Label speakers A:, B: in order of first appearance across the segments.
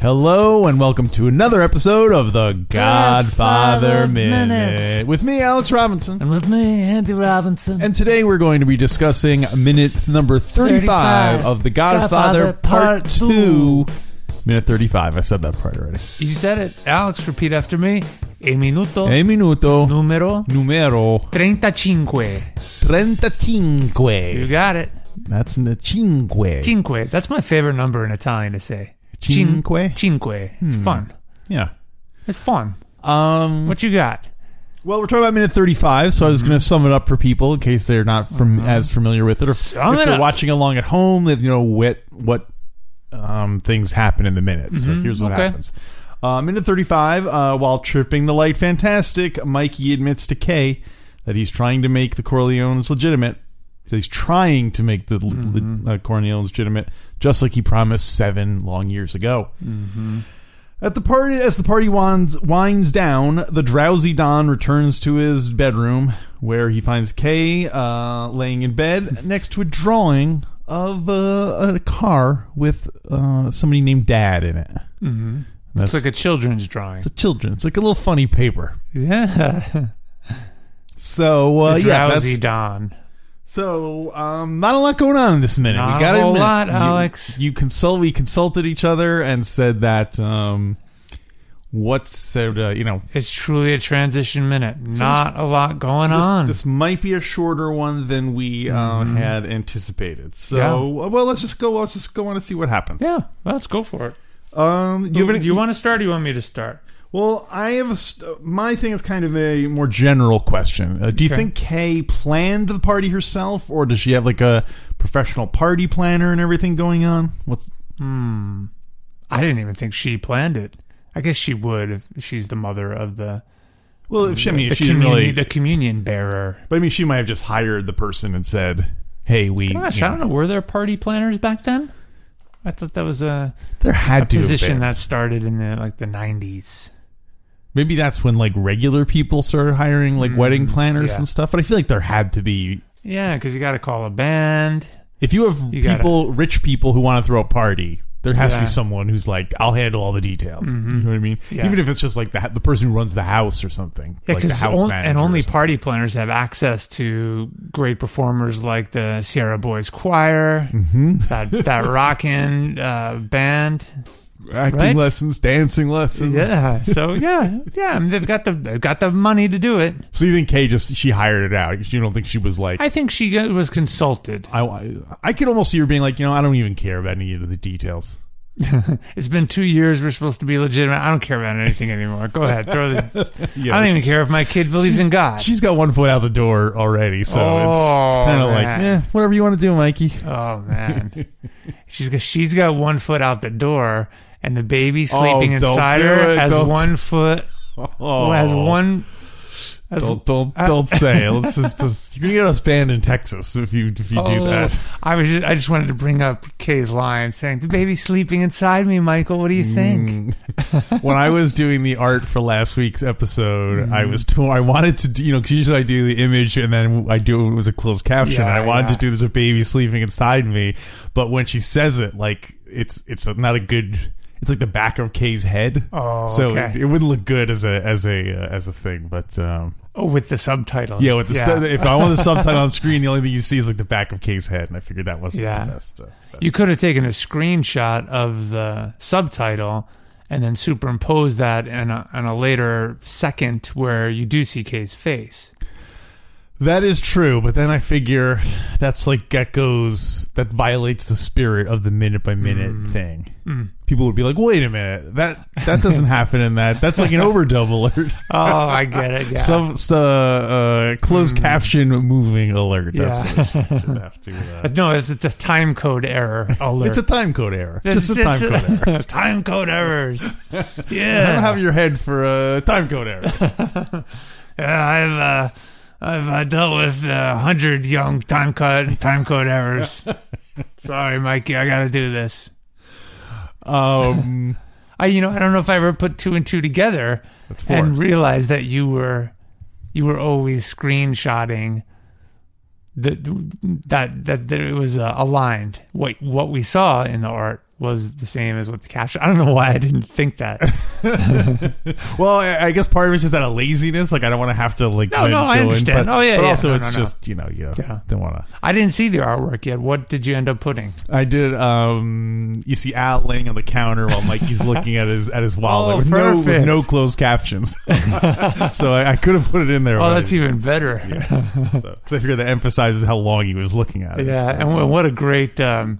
A: Hello and welcome to another episode of the Godfather,
B: Godfather
A: Minute.
B: Minute.
A: with me, Alex Robinson.
B: And with me, Andy Robinson.
A: And today we're going to be discussing minute number 35,
B: 35,
A: of the Godfather,
B: Godfather
A: Part,
B: Part
A: 2. Minute 35. I said that part already.
B: you said it. Alex, repeat after me. E minuto
A: E minuto
B: numero
A: numero
B: 35.
A: 35.
B: You got it.
A: That's in the cinque.
B: Cinque. That's my favorite number in Italian to say. Cin-
A: Cinque? Hmm.
B: Cinque. It's fun.
A: Yeah.
B: It's fun.
A: Um,
B: What you got?
A: well, we're talking about minute 35, so I
B: Mm-hmm.
A: was going to sum it up for people in case they're not from as familiar with it, or
B: Sum
A: if
B: it
A: they're
B: up.
A: watching along at home, they you know what what um, things happen in the minute. So here's what
B: Mm-hmm. Okay.
A: happens. Uh, minute 35, uh, while tripping the light fantastic, Mikey admits to Kay that he's trying to make the Corleones legitimate. He's trying to make the
B: Mm-hmm.
A: le- uh, Corleones legitimate, just like he promised seven long years ago. At the party, as the party winds, winds down, the drowsy Don returns to his bedroom, where he finds Kay uh, laying in bed next to a drawing of uh, a car with uh, somebody named Dad in it. Mm-hmm. That's
B: It's like a children's drawing.
A: the children. It's like a little funny paper.
B: Yeah.
A: So uh, yeah,
B: Drowsy
A: that's-
B: Don.
A: so um, not a lot going on in this minute.
B: Not
A: you gotta
B: a whole
A: admit,
B: lot,
A: you,
B: Alex.
A: You consult. We consulted each other and said that. Um, What's so uh, you know
B: It's truly a transition minute. Not a lot going
A: this,
B: on. Mm-hmm.
A: This might be a shorter one than we uh, had anticipated. So, uh,
B: Yeah.
A: well, let's just go. Let's just go on and see what happens.
B: yeah. Let's go for it.
A: Um, you
B: Do
A: have any,
B: you want to start or you want me to start?
A: well, I have a st- my thing is kind of a more general question. Uh, do you
B: Okay.
A: think Kay planned the party herself, or does she have like a professional party planner and everything going on? What's
B: I didn't even think she planned it. I guess she would if she's the mother of the
A: well, if she, I mean,
B: the,
A: if she didn't
B: communi-
A: really,
B: the communion bearer.
A: but I mean, she might have just hired the person and said, "Hey, we."
B: Gosh,
A: you
B: I don't know. Were there party planners back then? I thought that was a,
A: There had
B: a
A: to have
B: position
A: been.
B: that started in the like the nineties.
A: Maybe that's when like regular people started hiring like wedding planners
B: Mm, yeah.
A: and stuff. But I feel like there had to be
B: Yeah, because you got to call a band.
A: if you have
B: You gotta-
A: people, rich people who want to throw a party, there has to
B: Yeah. Mm-hmm.
A: be someone who's like, I'll handle all the details. You know what I mean?
B: Yeah.
A: Even if it's just like the the person who runs the house or something,
B: Yeah,
A: like the
B: because
A: house manager,
B: and
A: or
B: only
A: something.
B: party planners have access to great performers like the Sierra Boys Choir,
A: Mm-hmm.
B: that that rockin' uh, band.
A: acting
B: right?
A: lessons, dancing lessons.
B: Yeah, so yeah, yeah, I mean, they've got the they've got the money to do it.
A: So you think Kay just she hired it out? You don't think she was like. I-
B: I think she got- was consulted.
A: I, could almost see her being like, you know, I don't even care about any of the details.
B: It's been two years. We're supposed to be legitimate. I don't care about anything anymore. Go ahead, throw the. I don't even care if my kid believes in God.
A: She's got one foot out the door already, so it's, it's
B: Oh,
A: kind of like,
B: man.
A: eh, whatever you want to do, Mikey.
B: oh man, she's got, she's got one foot out the door, and the baby sleeping
A: Oh, don't
B: inside
A: do
B: her
A: it.
B: has
A: Don't-
B: one foot
A: Oh,
B: has one. Has,
A: Don't don't don't say. Let's just, just- you're gonna get us banned in Texas if you if you do
B: Oh,
A: that.
B: I was just, I just wanted to bring up Kay's line saying the baby's sleeping inside me, Michael. What do you think?
A: Mm. when I was doing the art for last week's episode, I was to, I wanted to do, you know 'cause usually I do the image and then I do it was a closed caption. and I
B: Yeah,
A: wanted
B: yeah.
A: to do this a baby sleeping inside me, but when she says it, like it's it's not a good. It's like the back of Kay's head.
B: Oh,
A: so
B: okay.
A: it, it wouldn't look good as a as a uh, as a thing. But um,
B: Oh, with the subtitle.
A: yeah, with the stu- if I want the subtitle on screen, the only thing you see is like the back of Kay's head, and I figured that wasn't
B: Yeah.
A: the best. Uh,
B: You could have taken a screenshot of the subtitle and then superimposed that in a, in a later second where you do see Kay's face.
A: That is true, but then I figure that's like geckos that violates the spirit of the minute by minute thing. People would be like, "Wait a minute, that that doesn't happen in that. That's like an overdub alert,
B: Oh, I get it. Yeah.
A: some so, uh, closed caption moving alert." That's
B: Yeah.
A: what it should, should have to. Uh,
B: But no, it's, it's a time code error alert.
A: it's a time code error.
B: It's-
A: Just a
B: it's
A: time code error.
B: a- time code errors.
A: I don't
B: Yeah.
A: have your head for a time code error.
B: Yeah, I've uh, I've uh, dealt with uh, hundred young time cut time code errors. Sorry, Mikey, I got to do this.
A: Um,
B: I you know I don't know if I ever put two and two together
A: that's four.
B: and realized that you were you were always screenshotting that that that there- it was uh, aligned. What what we saw in the art was the same as what the caption. I don't know why I didn't think that.
A: well, I, I guess part of it's just out of laziness. Like I don't want to have to like.
B: No,
A: let
B: no,
A: it
B: I
A: go in,
B: understand.
A: but,
B: Oh, yeah,
A: but
B: yeah.
A: also
B: No,
A: it's
B: no, no.
A: just you know you
B: Yeah.
A: don't want to.
B: I didn't see the artwork yet. What did you end up putting?
A: I did. Um, you see Al laying on the counter while Mikey's looking at his at his wallet
B: Oh,
A: with, no, with
B: perfect.
A: no closed captions. so I, I could have put it in there.
B: Oh,
A: but
B: that's
A: I
B: even better. Yeah,
A: didn't, so. 'Cause I figure that emphasizes how long he was looking at it. so.
B: and wh- what a great um,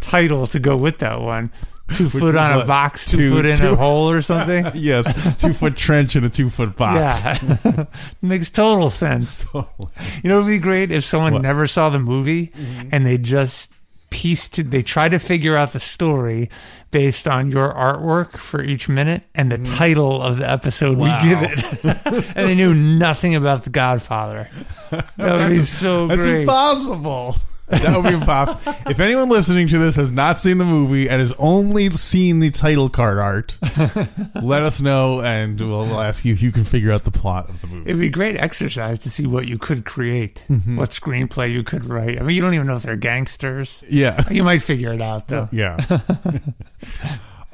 B: title to go with that one. Two foot
A: was
B: on a
A: what?
B: box, two,
A: Two-
B: foot in a
A: two-
B: hole or something.
A: yes, two foot trench and a two foot box.
B: Yeah, makes total sense.
A: Totally.
B: You know, it'd be great if someone
A: What? Mm-hmm.
B: never saw the movie and they just pieced. They try to figure out the story based on your artwork for each minute and the title of the episode
A: Mm. Wow.
B: we give it, and they knew nothing about the Godfather. That would be so
A: That's
B: great.
A: impossible. That would be impossible. if anyone listening to this has not seen the movie and has only seen the title card art, let us know and we'll, we'll ask you if you can figure out the plot of the movie.
B: It'd be great exercise to see what you could create,
A: Mm-hmm.
B: what screenplay you could write. I mean, you don't even know if they're gangsters.
A: yeah.
B: You might figure it out though.
A: Yeah.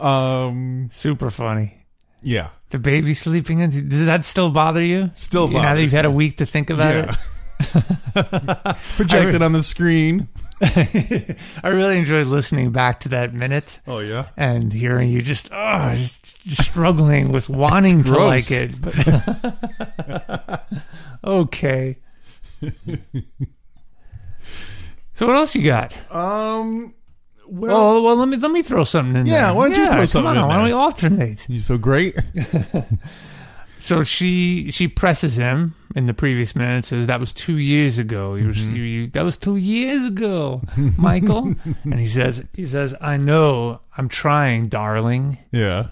A: um.
B: Super funny.
A: Yeah.
B: The baby sleeping in. Does that still bother you?
A: Still
B: You know, now that
A: bothers
B: you've had a week to think about
A: Yeah. Projected on the screen.
B: it. I really enjoyed listening back to that minute
A: Oh yeah.
B: and hearing you just oh, just, just struggling with wanting to like
A: gross.
B: it. But okay. so what else you got?
A: Um. Well.
B: Oh, Well, well, let me let me throw something in
A: Yeah,
B: there.
A: why don't you throw something
B: Come on,
A: in
B: why don't we
A: there?
B: alternate?
A: you so great.
B: So she she presses him in the previous minute. Says that was two years ago. You, were you, you that was two years ago, Michael. and he says he says I know I'm trying, darling.
A: Yeah.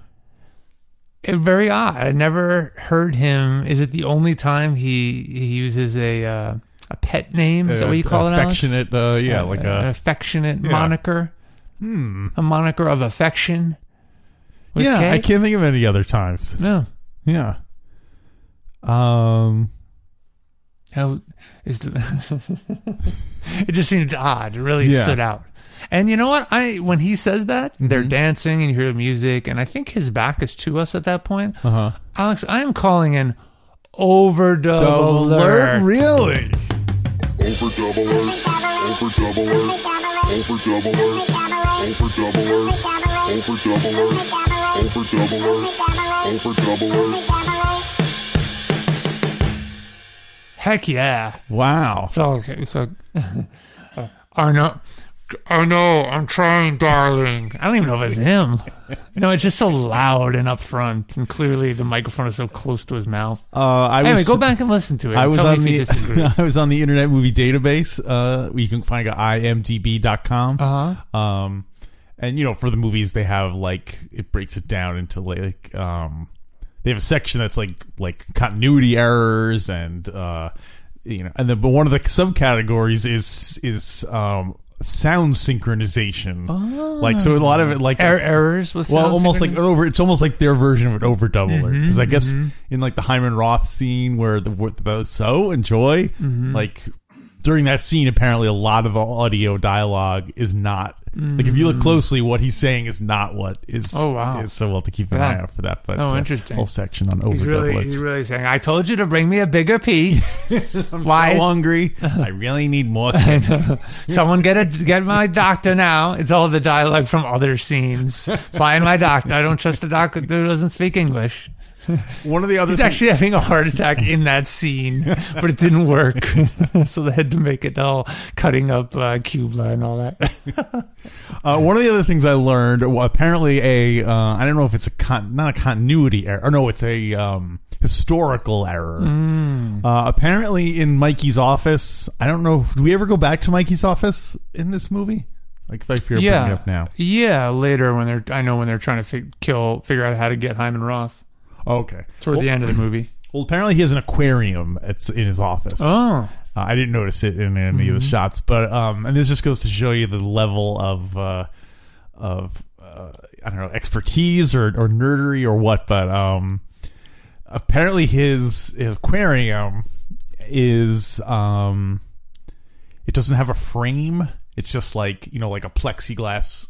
B: It, very odd. I never heard him. Is it the only time he he uses a uh, a pet name? Is that what you call it? Alex?
A: Uh, affectionate, Uh, yeah, like
B: an
A: a.
B: affectionate
A: Yeah.
B: moniker,
A: Hmm.
B: a moniker of affection. with
A: yeah,
B: K?
A: I can't think of any other times.
B: No.
A: Yeah. Um.
B: How is the? it just seemed odd. It really
A: Yeah.
B: stood out. And you know what? I when he says that they're
A: Mm-hmm.
B: dancing and you hear the music, and I think his back is to us at that point.
A: Uh huh.
B: Alex, I am calling an overdub alert.
A: Really?
C: Over double earth, over double earth, over double earth, over double earth, over double earth, over double earth, over double earth.
B: Heck yeah!
A: Wow.
B: So okay, so I know, I know. "Oh, I'm trying, darling. I don't even know if it's him. You know, it's just so loud and upfront, and clearly the microphone is so close to his mouth.
A: Uh, I
B: Anyway,
A: was
B: go back and listen to it.
A: I was
B: Tell
A: on
B: me if you disagree.
A: the I was on the Internet Movie Database. Uh, where you can find it at imdb.com.
B: Uh-huh.
A: Um, and you know, for the movies, they have like it breaks it down into like um, they have a section that's like like continuity errors and uh, you know, and then but one of the subcategories is is um sound synchronization. Like so, a lot of it like
B: Ah. Er- errors with
A: well,
B: sound Mm-hmm,
A: almost like
B: synchroni-
A: an over. It's almost like their version of an overdub alert. Because I guess in like the Hyman Roth scene where the, where the so and joy,
B: Mm-hmm.
A: like during that scene, apparently a lot of the audio dialogue is not like if you look closely, what he's saying is not what is.
B: Mm. Oh, wow.
A: is so well to keep an
B: Yeah.
A: eye out for that. But uh,
B: Oh, interesting.
A: Whole section on overdub
B: he's really,
A: alerts.
B: he's really saying, "I told you to bring me a bigger piece. Why?
A: so
B: is-
A: hungry. I really need more. cake.
B: someone get a get my doctor now." It's all the dialogue from other scenes. Find my doctor. I don't trust the doctor who doesn't speak English.
A: One of the other
B: He's
A: thing-
B: actually having a heart attack in that scene, but it didn't work, so they had to make it all cutting up uh, Cuba and all that.
A: Uh, one of the other things I learned, well, apparently a, uh, I don't know if it's a con- not a continuity error, or no, it's a um, historical error.
B: Hmm.
A: Uh, apparently, in Mikey's office, I don't know. Do we ever go back to Mikey's office in this movie? Like if I fear bringing it up now.
B: yeah. Later, when they're, I know when they're trying to fi- kill, figure out how to get Hyman Roth
A: Oh, Okay.
B: toward the end of the movie.
A: Well, apparently he has an aquarium at, in his office.
B: Oh, Hmm.
A: Uh, I didn't notice it in any of the shots, but um, and this just goes to show you the level of uh, of uh, I don't know expertise or or nerdery or what, but um, apparently his, his aquarium is um, it doesn't have a frame. It's just like you know like a plexiglass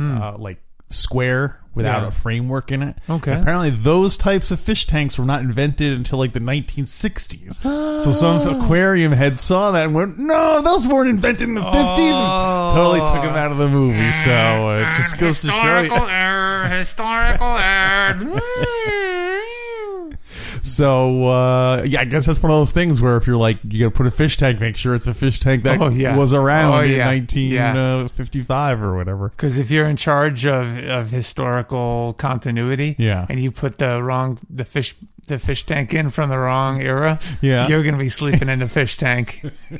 A: uh, like square without
B: Hmm. Yeah.
A: a framework in it.
B: Okay.
A: And apparently, those types of fish tanks were not invented until like the 1960s. so
B: Oh.
A: some aquarium head saw that and went, "No, those weren't invented in the 50s." And totally took them out of the movie. So uh, it just goes to show you.
B: error, historical error.
A: So uh, yeah, I guess that's one of those things where if you're like, you gotta put a fish tank, make sure it's a fish tank that
B: Oh, yeah.
A: was around
B: Oh,
A: in
B: yeah.
A: 1955 or whatever.
B: Because if you're in charge of, of historical continuity,
A: Yeah.
B: and you put the wrong the fish the fish tank in from the wrong era,
A: Yeah.
B: you're gonna be sleeping in the fish tank. Uh,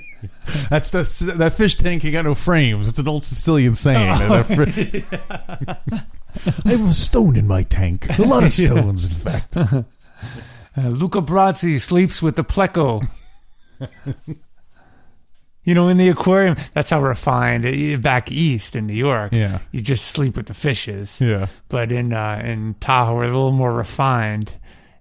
A: That's, that's that fish tank ain't got no frames. It's an old Sicilian saying. That fr- I have a stone in my tank. A lot of stones, in fact.
B: Uh, Luca Brazzi sleeps with the pleco. you know, in the aquarium, that's how refined eh, back east in New York.
A: Yeah.
B: you just sleep with the fishes.
A: Yeah.
B: But in uh, in Tahoe, we're a little more refined.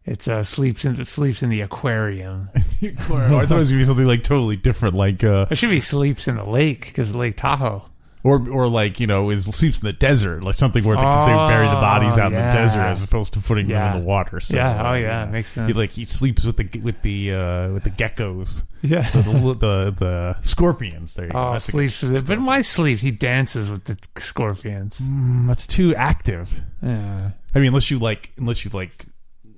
B: It's uh, sleeps in sleeps in the aquarium.
A: I thought it was gonna be something like totally different, like uh,
B: It should be sleeps in the lake because Lake Tahoe.
A: or or like you know, is sleeps in the desert, like something where because they bury the bodies out in
B: Oh, yeah.
A: the desert as opposed to putting
B: Yeah.
A: them in the water. So,
B: yeah. Oh yeah, it makes sense.
A: He, like he sleeps with the with the uh, with the geckos,
B: yeah.
A: the, the the scorpions. There you go.
B: Oh,
A: That's a-
B: sleeps with it. But why sleep? He dances with the scorpions.
A: that's too active.
B: Yeah.
A: I mean, unless you like, unless you like,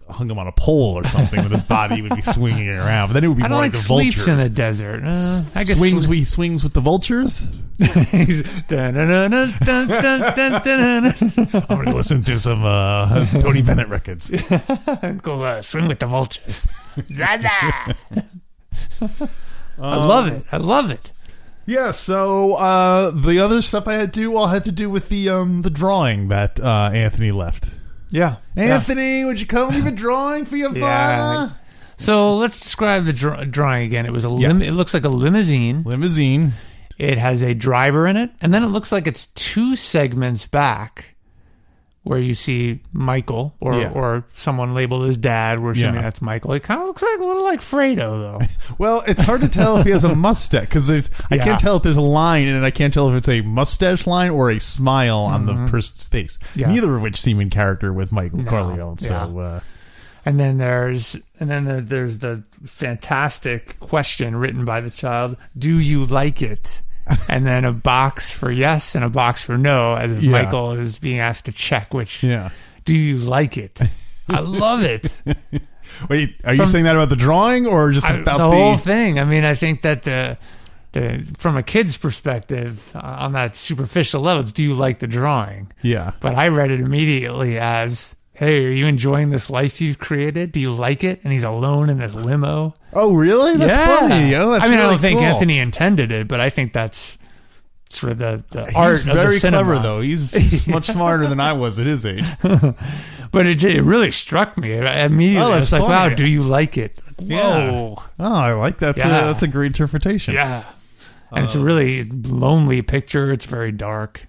A: hung him on a pole or something, then his body would be swinging around. But then it would be
B: I
A: more
B: don't like
A: the
B: sleeps
A: vultures.
B: in the desert. Uh, I guess
A: swings.
B: sleep-
A: We swings with the vultures.
B: He's- dun-dun-dun-dun, dun-dun-dun-dun-dun.
A: I'm gonna listen to some uh, Tony Bennett records.
B: Go uh, swing with the vultures. Zaza. I
A: Um,
B: love it. I love it.
A: Yeah. So uh, the other stuff I had to do all had to do with the um, the drawing that uh, Anthony left.
B: Yeah.
A: Anthony, would you come leave a drawing for your
B: Yeah.
A: father?
B: So let's describe the dr- drawing again. It was a lim-
A: Yes.
B: it looks like a limousine.
A: Limousine.
B: It has a driver in it, and then it looks like it's two segments back where you see Michael or
A: Yeah.
B: or someone labeled as dad. We're assuming
A: Yeah.
B: that's Michael. It kind of looks like a little like Fredo though.
A: Well, it's hard to tell if he has a mustache because I
B: Yeah.
A: can't tell if there's a line, and I can't tell if it's a mustache line or a smile on the person's face.
B: Yeah.
A: Neither of which seem in character with Michael Corleone. So,
B: Yeah.
A: uh,
B: And then there's and then there, there's the fantastic question written by the child: Do you like it? and then a box for yes and a box for no, as if
A: Yeah.
B: Michael is being asked to check which.
A: yeah.
B: Do you like it? I love it.
A: Wait, are you
B: From-
A: saying that about the drawing or just
B: I-
A: about
B: the whole
A: the?
B: thing. I mean, I think that the the from a kid's perspective, uh, on that superficial level, it's do you like the drawing?
A: yeah.
B: But I read it immediately as, "Hey, are you enjoying this life you've created? Do you like it?" And he's alone in this limo.
A: Oh, really? That's funny. Oh, that's
B: I mean, I
A: really
B: don't think
A: cool.
B: Anthony intended it, but I think that's sort of the, the
A: He's
B: art of
A: very
B: the cinema.
A: clever, though. He's, he's much smarter than I was at his age.
B: But it, it really struck me I- immediately.
A: Oh,
B: it's
A: that's
B: like,
A: funny.
B: wow, do you like it?
A: Yeah.
B: Whoa.
A: Oh, I like that. That's,
B: Yeah.
A: a, that's a great interpretation.
B: Yeah. And it's a really lonely picture. It's very dark.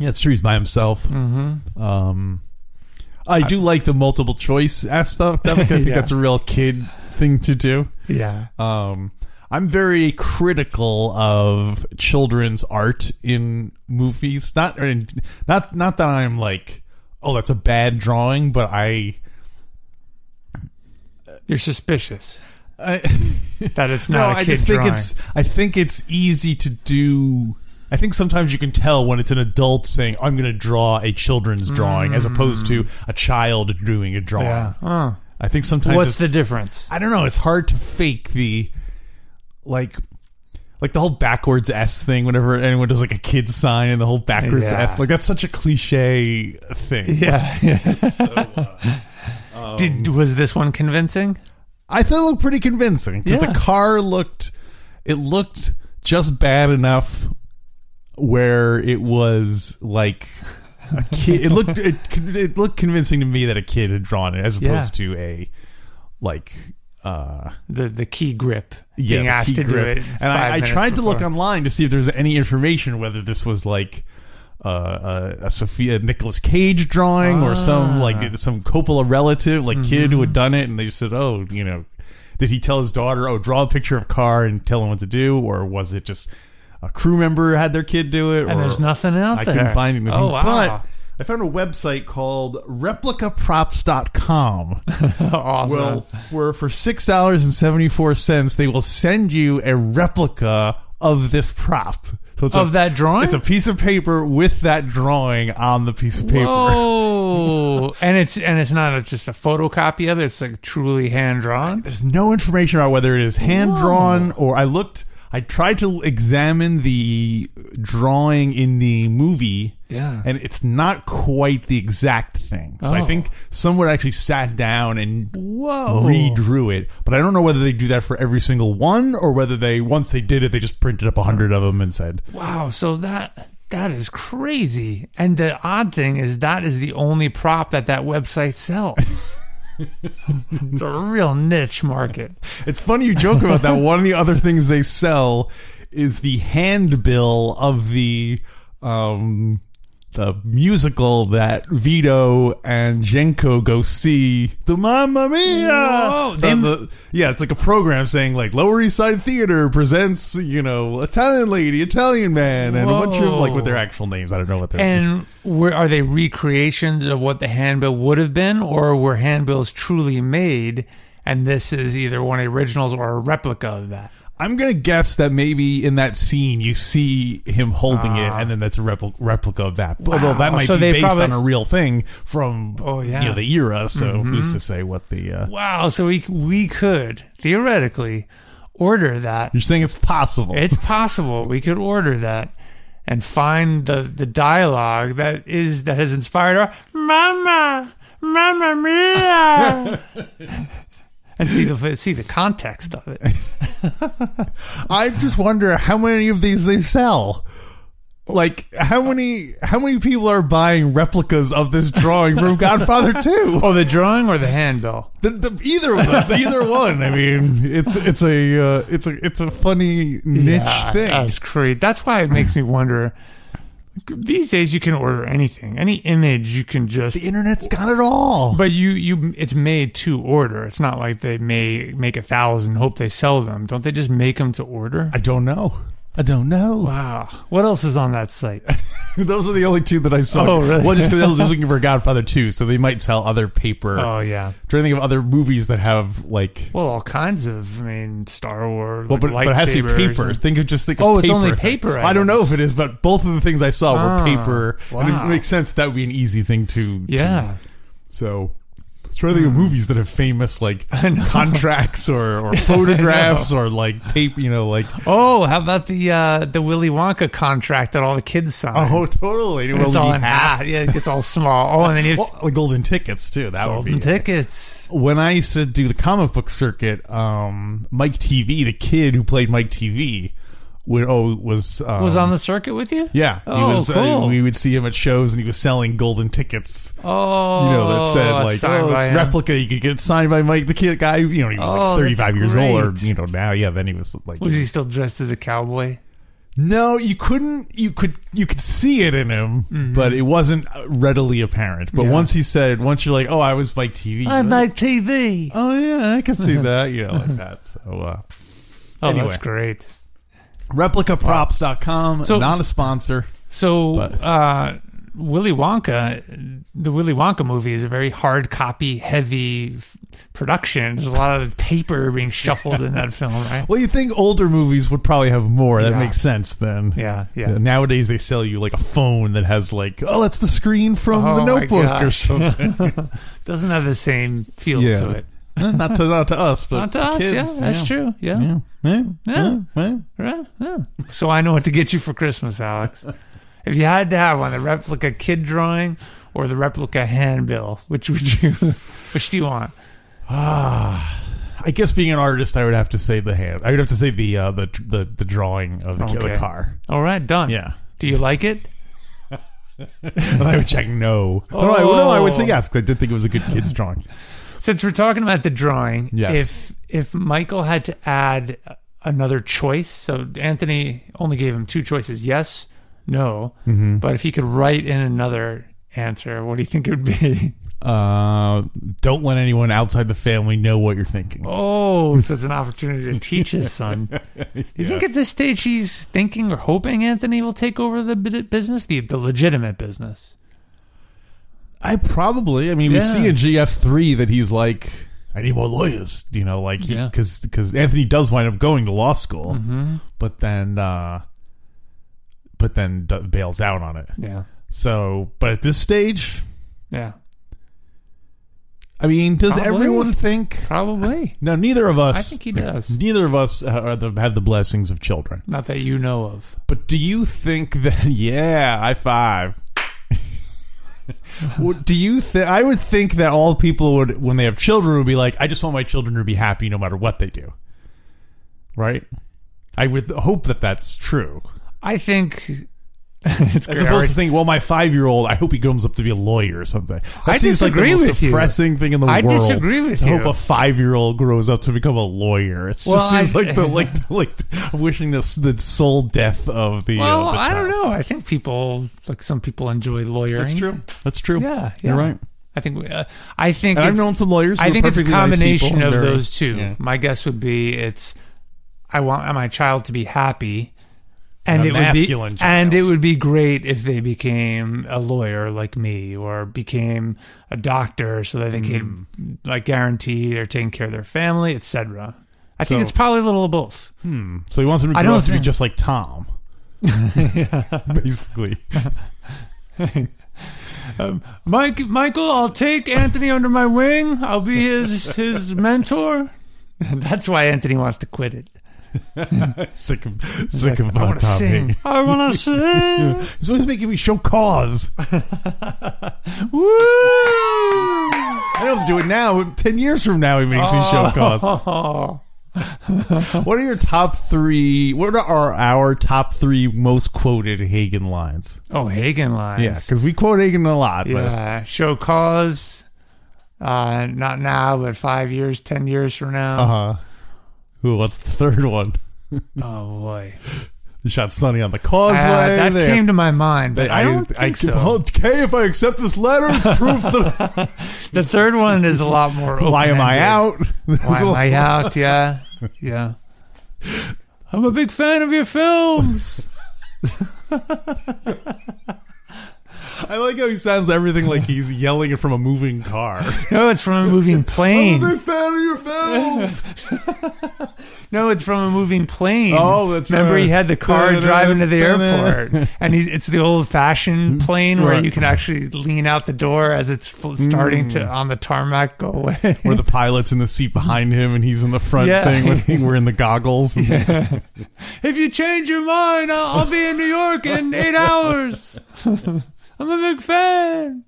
A: Yeah, it's true. He's by himself. Mm-hmm. Um, I do like the multiple choice aspect. of it. I think
B: Yeah.
A: that's a real kid thing to do.
B: Yeah.
A: Um, I'm very critical of children's art in movies. Not or in, not not that I'm like, oh, that's a bad drawing, but I.
B: You're suspicious
A: I
B: that it's not a
A: I
B: kid
A: just think
B: drawing.
A: it's I think it's easy to do. I think sometimes you can tell when it's an adult saying, "I'm going to draw a children's drawing," as opposed to a child doing a drawing.
B: Mm. yeah. Huh.
A: I think sometimes
B: What's the
A: it's-
B: difference?
A: I don't know. It's hard to fake the like. Like the whole backwards S thing, whenever anyone does like a kid sign and the whole backwards
B: Yeah.
A: S, like that's such a cliche thing.
B: yeah. Did, was this one convincing?
A: I thought it looked pretty convincing because
B: Yeah.
A: the car looked it looked just bad enough where it was like a kid. It looked it, it looked convincing to me that a kid had drawn it as
B: Yeah.
A: opposed to a like uh
B: the the key grip
A: yeah,
B: being
A: the
B: asked
A: key
B: to
A: grip.
B: do it.
A: And
B: five
A: I, I
B: minutes
A: tried to look
B: before.
A: online to see if there was any information whether this was like uh, a, a Sophia Nicolas Cage drawing or
B: Ah.
A: some like some Coppola relative, like kid
B: Mm-hmm.
A: who had done it, and they just said, "Oh, you know, did he tell his daughter, oh, draw a picture of car and tell him what to do, or was it just a crew member had their kid do it?"
B: and
A: or-
B: there's nothing out
A: I
B: there.
A: couldn't find anything.
B: Oh wow!
A: But I found a website called replicaprops.com.
B: awesome.
A: Well, for for six dollars and seventy four cents, they will send you a replica of this prop. So it's
B: of
A: a,
B: that drawing,
A: it's a piece of paper with that drawing on the piece of paper.
B: Whoa! and it's and it's not just a photocopy of it. It's like truly hand drawn.
A: There's no information about whether it is hand drawn or I looked. I tried to examine the drawing in the movie.
B: Yeah.
A: And it's not quite the exact thing. So I
B: Oh.
A: think someone actually sat down and
B: Whoa!
A: redrew it. But I don't know whether they do that for every single one or whether they once they did it they just printed up a hundred of them and said
B: Wow! So that that is crazy. And the odd thing is that is the only prop that that website sells. it's a real niche market.
A: it's funny you joke about that. One of the other things they sell is the handbill of the um the musical that Vito and Jenko go see the Mamma Mia.
B: Whoa,
A: The-
B: they-
A: the- yeah, it's like a program saying like Lower East Side Theater presents, you know, Italian lady, Italian man, and a bunch of like with their
B: Whoa.
A: actual names. I don't know what they're
B: And were, are they recreations of what the handbill would have been, or were handbills truly made? And this is either one of the originals or a replica of that.
A: I'm gonna guess that maybe in that scene you see him holding it, and then that's a repl- replica of that. Although that might
B: Ah. Oh, So
A: be
B: they
A: based
B: probably-
A: on a real thing from
B: Oh, yeah. Mm-hmm.
A: you know, the era. So who's to say what the? Uh,
B: Wow! So we we could theoretically order that.
A: you're saying it's possible?
B: It's possible we could order that and find the the dialogue that is that has inspired our Mama, Mama Mia, and see the see the context of it.
A: I just wonder how many of these they sell. Like how many how many people are buying replicas of this drawing from Godfather Two?
B: Oh, the drawing or the handbill?
A: The, the, either of them, either one. I mean, it's it's a uh, it's a it's a funny niche thing.
B: That's great. That's why it makes me wonder. These days, you can order anything, any image. You can just
A: the internet's got it all.
B: But you, you, it's made to order. It's not like they may make a thousand, hope they sell them. Don't they just make them to order?
A: I don't know. I don't know.
B: Wow. What else is on that site?
A: Those are the only two that I saw.
B: Oh, really?
A: Well, just because I was looking for Godfather 2, so they might sell other paper.
B: oh yeah.
A: trying to think of other movies that have, like.
B: Well, all kinds of. I mean, Star Wars.
A: Well, but,
B: like
A: but it has to be
B: lightsabers
A: paper.
B: and-
A: Think of just think.
B: Oh,
A: of
B: it's
A: paper
B: only
A: thing.
B: paper
A: I don't know
B: items.
A: if it is, but both of the things I saw
B: Ah,
A: were paper. And
B: wow.
A: it makes sense that would be an easy thing to.
B: Yeah. Hmm.
A: So, trying to think of movies that have famous like contracts or, or photographs or like paper. You know, like
B: Oh, how about the uh, the Willy Wonka contract that all the kids signed?
A: oh, totally. It
B: And it's
A: will
B: all
A: be
B: in half. Yeah, it gets all small. Oh, and then you have
A: Well, the golden tickets too. That would
B: golden
A: be
B: tickets.
A: when I used to do the comic book circuit, um, Mike TV, the kid who played Mike TV, would oh was um,
B: Was on the circuit with you?
A: yeah. He
B: Oh,
A: was, uh,
B: cool.
A: we would see him at shows, and he was selling golden tickets.
B: Oh,
A: You know that said
B: a
A: like
B: sign
A: oh,
B: by
A: it's
B: him.
A: replica. You could get signed by Mike the kid guy. You know he was
B: Oh,
A: like
B: that's
A: thirty five years old, or
B: great.
A: you know now yeah. Then he was like
B: Was he still dressed as a cowboy?
A: no, you couldn't. You could you could see it in him, but it wasn't uh, readily apparent. But
B: Mm-hmm. Yeah.
A: once he said, once you're like oh I was Mike TV.
B: I
A: you're like,
B: make TV.
A: Oh yeah, I can see that. You know, like that. So uh,
B: Oh,
A: Anyway.
B: that's great.
A: replicaprops.com,
B: So-
A: not a sponsor.
B: So,
A: But-
B: uh, Willy Wonka, the Willy Wonka movie is a very hard copy heavy f- production. There's a lot of paper being shuffled in that film, right?
A: Well, you think older movies would probably have more. That
B: Yeah.
A: makes sense then.
B: Yeah, yeah.
A: Nowadays they sell you like a phone that has like, oh, that's the screen from
B: Oh,
A: the
B: my
A: Notebook or
B: gosh.
A: something.
B: Doesn't have the same feel
A: Yeah.
B: to it.
A: Eh, not to not to us, but
B: Not to us,
A: kids.
B: yeah, that's true. Yeah.
A: Yeah. Yeah.
B: Yeah.
A: Yeah.
B: Right, yeah. So I know what to get you for Christmas, Alex. if you had to have one, the replica kid drawing or the replica handbill, which would you? Which do you want?
A: I guess being an artist, I would have to say the hand. I would have to say the uh, the the the drawing of the, ki- the
B: Okay.
A: car.
B: All right, done.
A: Yeah.
B: Do you like it?
A: And I would check no. No, I, no, I would say
B: Oh.
A: yes because I did think it was a good kids drawing.
B: since we're talking about the drawing,
A: Yes.
B: if if Michael had to add another choice, so Anthony only gave him two choices: yes, no.
A: Mm-hmm.
B: But if he could write in another answer, what do you think it would be?
A: Uh, don't let anyone outside the family know what you're thinking.
B: Oh, so it's an opportunity to teach his son. Do you think at this stage he's thinking or hoping Anthony will take over the bu- business, the the legitimate business?
A: I probably. I mean, we
B: Yeah.
A: see in GF three that he's like, I need more lawyers. You know, like
B: Yeah. Mm-hmm.
A: because because Anthony does wind up going to law school, but then uh, but then d- bails out on it.
B: Yeah,
A: So, but at this stage,
B: yeah,
A: I mean, does
B: Probably.
A: everyone think?
B: probably.
A: No, neither of us.
B: I think he does.
A: Neither of us uh, are the, have the blessings of children.
B: Not that you know of.
A: But do you think that? Yeah, high five. What- do you think? I would think that all people would, when they have children, would be like, "I just want my children to be happy, no matter what they do." Right? I would hope that that's true,
B: I think it's
A: as
B: great.
A: opposed to thinking, "Well, my five-year-old, I hope he grows up to be a lawyer or something." That
B: I
A: seems like the
B: disagree
A: most
B: with you.
A: depressing thing in the
B: I
A: world.
B: disagree with
A: to
B: you.
A: hope a five-year-old grows up to become a lawyer. It
B: Well,
A: just seems
B: I-
A: like the like like wishing the the soul death of the.
B: well,
A: uh, the
B: I don't
A: child.
B: know. I think people like some people enjoy lawyering.
A: That's true. That's true.
B: Yeah,
A: you're
B: yeah.
A: right.
B: I think we- uh, I think
A: And I've
B: it's-
A: known some lawyers. who
B: I
A: are
B: think it's a
A: perfectly nice
B: combination
A: people and
B: of
A: very-
B: those two.
A: Yeah.
B: My guess would be it's I want my child to be happy, and
A: A
B: it would be
A: masculine child.
B: and it would be great if they became a lawyer like me or became a doctor so that they
A: Hmm.
B: could like guarantee they're taking care of their family, etc. I think
A: So-
B: it's probably a little of both.
A: So he wants him to
B: I
A: grow
B: don't
A: up to be
B: think-
A: just like Tom. Basically,
B: Mike, Michael, I'll take Anthony under my wing. I'll be his his mentor. That's why Anthony wants to quit it.
A: sick of sick of
B: I
A: uh,
B: want to
A: Tom.
B: sing.
A: Hanks.
B: I want to sing.
A: He's always making me show cause. I
B: Woo!
A: don't have to do it now. but Ten years from now, he makes me show
B: Oh.
A: cause. What are your top three? What are our top three most quoted Hagen lines?
B: Oh, Hagen lines.
A: Yeah, because we quote Hagen a lot. But
B: Yeah. Show cause. Uh, not now, but five years, ten years from now.
A: uh huh. Who? What's the third one?
B: Oh boy,
A: You shot Sonny on the causeway.
B: Uh, that
A: They-
B: came to my mind, but I, don't think
A: I,
B: so.
A: Okay, if I accept this letter, it's proof that
B: the third one is a lot more.
A: why am I
B: open-ended.
A: out?
B: Why am I out? Yeah, yeah. I'm a big fan of your films.
A: I like how he sounds everything like he's yelling it from a moving car.
B: no, it's from a moving plane.
A: fan of your films.
B: No, it's from a moving plane.
A: Oh, that's
B: Remember,
A: right.
B: he had the car driving to the airport, and he, it's the old-fashioned plane where
A: Right.
B: you can actually lean out the door as it's fl- starting to on the tarmac go away.
A: Where the pilot's in the seat behind him and he's in the front
B: Yeah.
A: thing with him wearing the goggles.
B: if you change your mind, I'll, I'll be in New York in eight hours. I'm a big fan.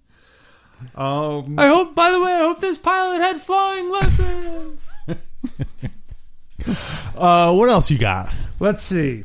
A: Um,
B: I hope. By the way, I hope this pilot had flying lessons.
A: uh, what else you got?
B: Let's see.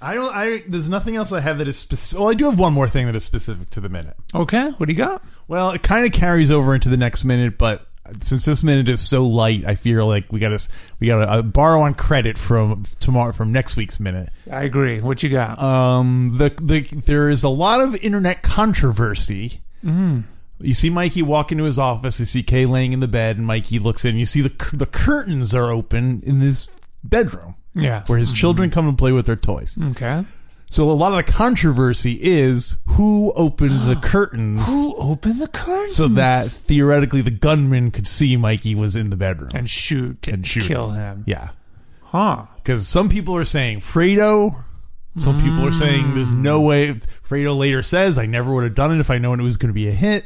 A: I don't. I there's nothing else I have that is specific. Well, I do have one more thing that is specific to the minute.
B: Okay, what do you got?
A: Well, it kind of carries over into the next minute, but since this minute is so light, I feel like we got to we got to uh, borrow on credit from tomorrow from next week's minute.
B: I agree. What you got?
A: Um, the the there is a lot of internet controversy. You see Mikey walk into his office. You see Kay laying in the bed, and Mikey looks in. You see the cur- the curtains are open in this bedroom
B: yeah. Mm.
A: where his children come and play with their toys.
B: Okay.
A: So a lot of the controversy is who opened the curtains
B: Who opened the curtains?
A: so that theoretically the gunman could see Mikey was in the bedroom.
B: and shoot and,
A: shoot
B: kill him.
A: yeah,
B: Huh.
A: because some people are saying Fredo. Some people are saying there's no
B: Mm.
A: way. Fredo later says, "I never would have done it if I known it was going to be a hit."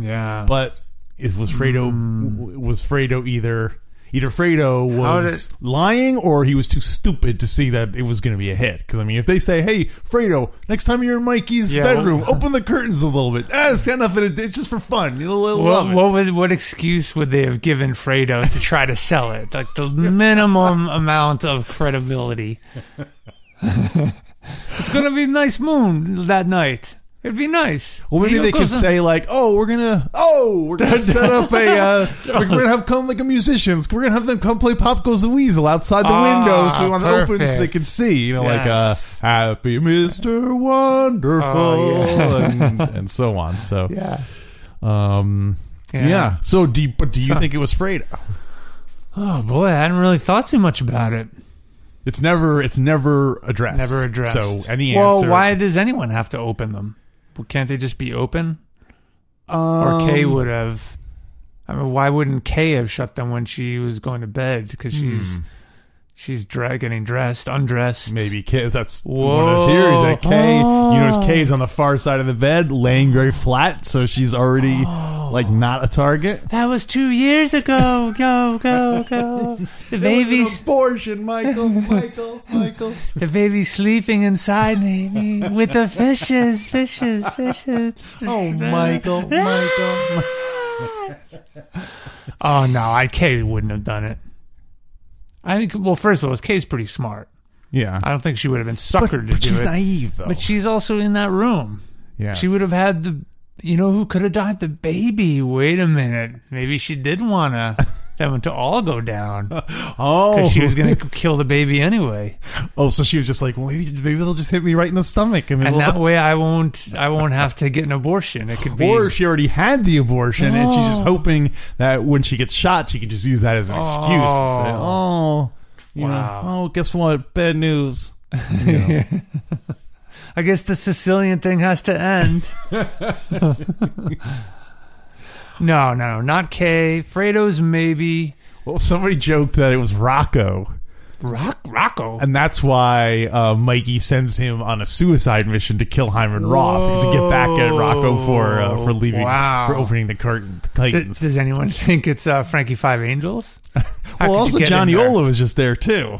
B: Yeah.
A: But it was Fredo. w Was Fredo either either Fredo
B: Mm. How
A: was lying or he was too stupid to see that it was going to be a hit? Because I mean, if they say, "Hey, Fredo, next time you're in Mikey's
B: Yeah,
A: bedroom, open the curtains a little bit," ah, it's got nothing. to do. It's just for fun. You'll, you'll love
B: what,
A: it.
B: what would what excuse would they have given Fredo to try to sell it? Like the minimum amount of credibility. it's gonna be a nice moon that night. It'd be nice.
A: Well, maybe
B: You know,
A: they could
B: 'cause, uh,
A: say like, "Oh, we're gonna, oh, we're gonna set up a, uh, we're gonna have come like a musicians. We're gonna have them come play Pop Goes the Weasel outside the
B: Ah,
A: window, so we want to open so
B: perfect.
A: they can see. You know, like uh,
B: Yes.
A: Happy Mister Wonderful
B: Oh,
A: and, and so on. So,
B: Yeah.
A: um, yeah.
B: Yeah.
A: So, do you, but do you
B: So-
A: think it was Freda?
B: Oh boy, I hadn't really thought too much about it.
A: It's never, it's never addressed.
B: Never addressed.
A: So any
B: well,
A: answer?
B: why does anyone have to open them? Well, can't they just be open? Or
A: Um,
B: Kay would have. I mean, why wouldn't Kay have shut them when she was going to bed? Because
A: Hmm.
B: she's she's dra- getting dressed, undressed.
A: Maybe Kay, that's one of the theories that Kay, you
B: Oh.
A: notice Kay's on the far side of the bed, laying very flat, so she's already
B: Oh.
A: like not a target.
B: that was two years ago. Go go go. The baby's
A: abortion, Michael, Michael, Michael.
B: the baby's sleeping inside me, me with the fishes, fishes, fishes.
A: Oh, Michael, Michael.
B: Oh no, I Kay wouldn't have done it. I mean, well, first of all, Kay's pretty smart.
A: Yeah,
B: I don't think she would have been suckered to
A: but
B: do
A: she's
B: it.
A: naive though.
B: But she's also in that room.
A: yeah,
B: She would have had the, you know, who could have died? The baby. Wait a minute. Maybe she did want to them to all go down. 'Cause
A: Oh,
B: She was going to kill the baby anyway,
A: oh, so she was just like, well, maybe, maybe they'll just hit me right in the stomach, and,
B: and
A: it'll-
B: that way I won't, I won't have to get an abortion. It could be. Oh.
A: Or she already had the abortion, and she's just hoping that when she gets shot, she can just use that as an excuse. To say, oh, you know,
B: Wow.
A: oh, guess what? Bad news.
B: I guess the Sicilian thing has to end. no, no, not Kay. Fredo's maybe.
A: Well, somebody joked that it was Rocco,
B: Rock, Rocco.
A: and that's why uh, Mikey sends him on a suicide mission to kill Hyman Roth to get back at Rocco for uh, for leaving
B: Wow.
A: for opening the curtain. The
B: Does,
A: curtains.
B: does anyone think it's uh, Frankie Five Angels? How could
A: well,
B: you
A: also
B: get in
A: Johnny
B: there?
A: Ola was just there too,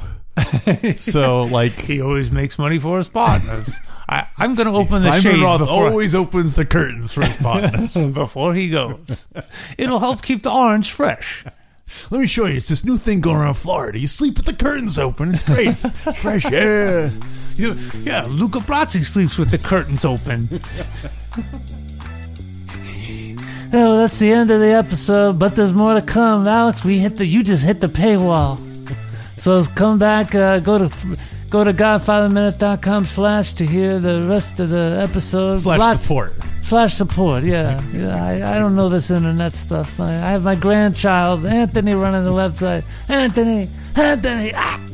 A: so like.
B: He always makes money for his partners. I, I'm going to open the
A: Hyman
B: shades
A: Roth
B: before,
A: always opens the curtains for his partners.
B: before he goes. It'll help keep the orange fresh.
A: Let me show you. It's this new thing going around Florida. You sleep with the curtains open. It's great. It's fresh air.
B: You, yeah, Luca Brasi sleeps with the curtains open. oh, that's the end of the episode, but there's more to come. Alex, we hit the you just hit the paywall. So come back, uh, go to go to godfatherminute.com slash to hear the rest of the episode.
A: Slash
B: Lots-
A: support.
B: Slash support, yeah. yeah I, I don't know this internet stuff. I, I have my grandchild, Anthony, running the website. Anthony, Anthony, ah!